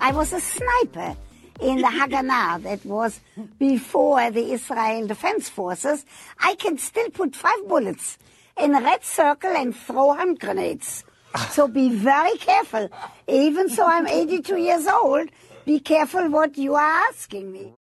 I was a sniper in the Haganah. <laughs> That was before the Israel Defense Forces. I can still put five bullets in a red circle and throw hand grenades. So be very careful. Even so, I'm 82 years old. Be careful what you are asking me.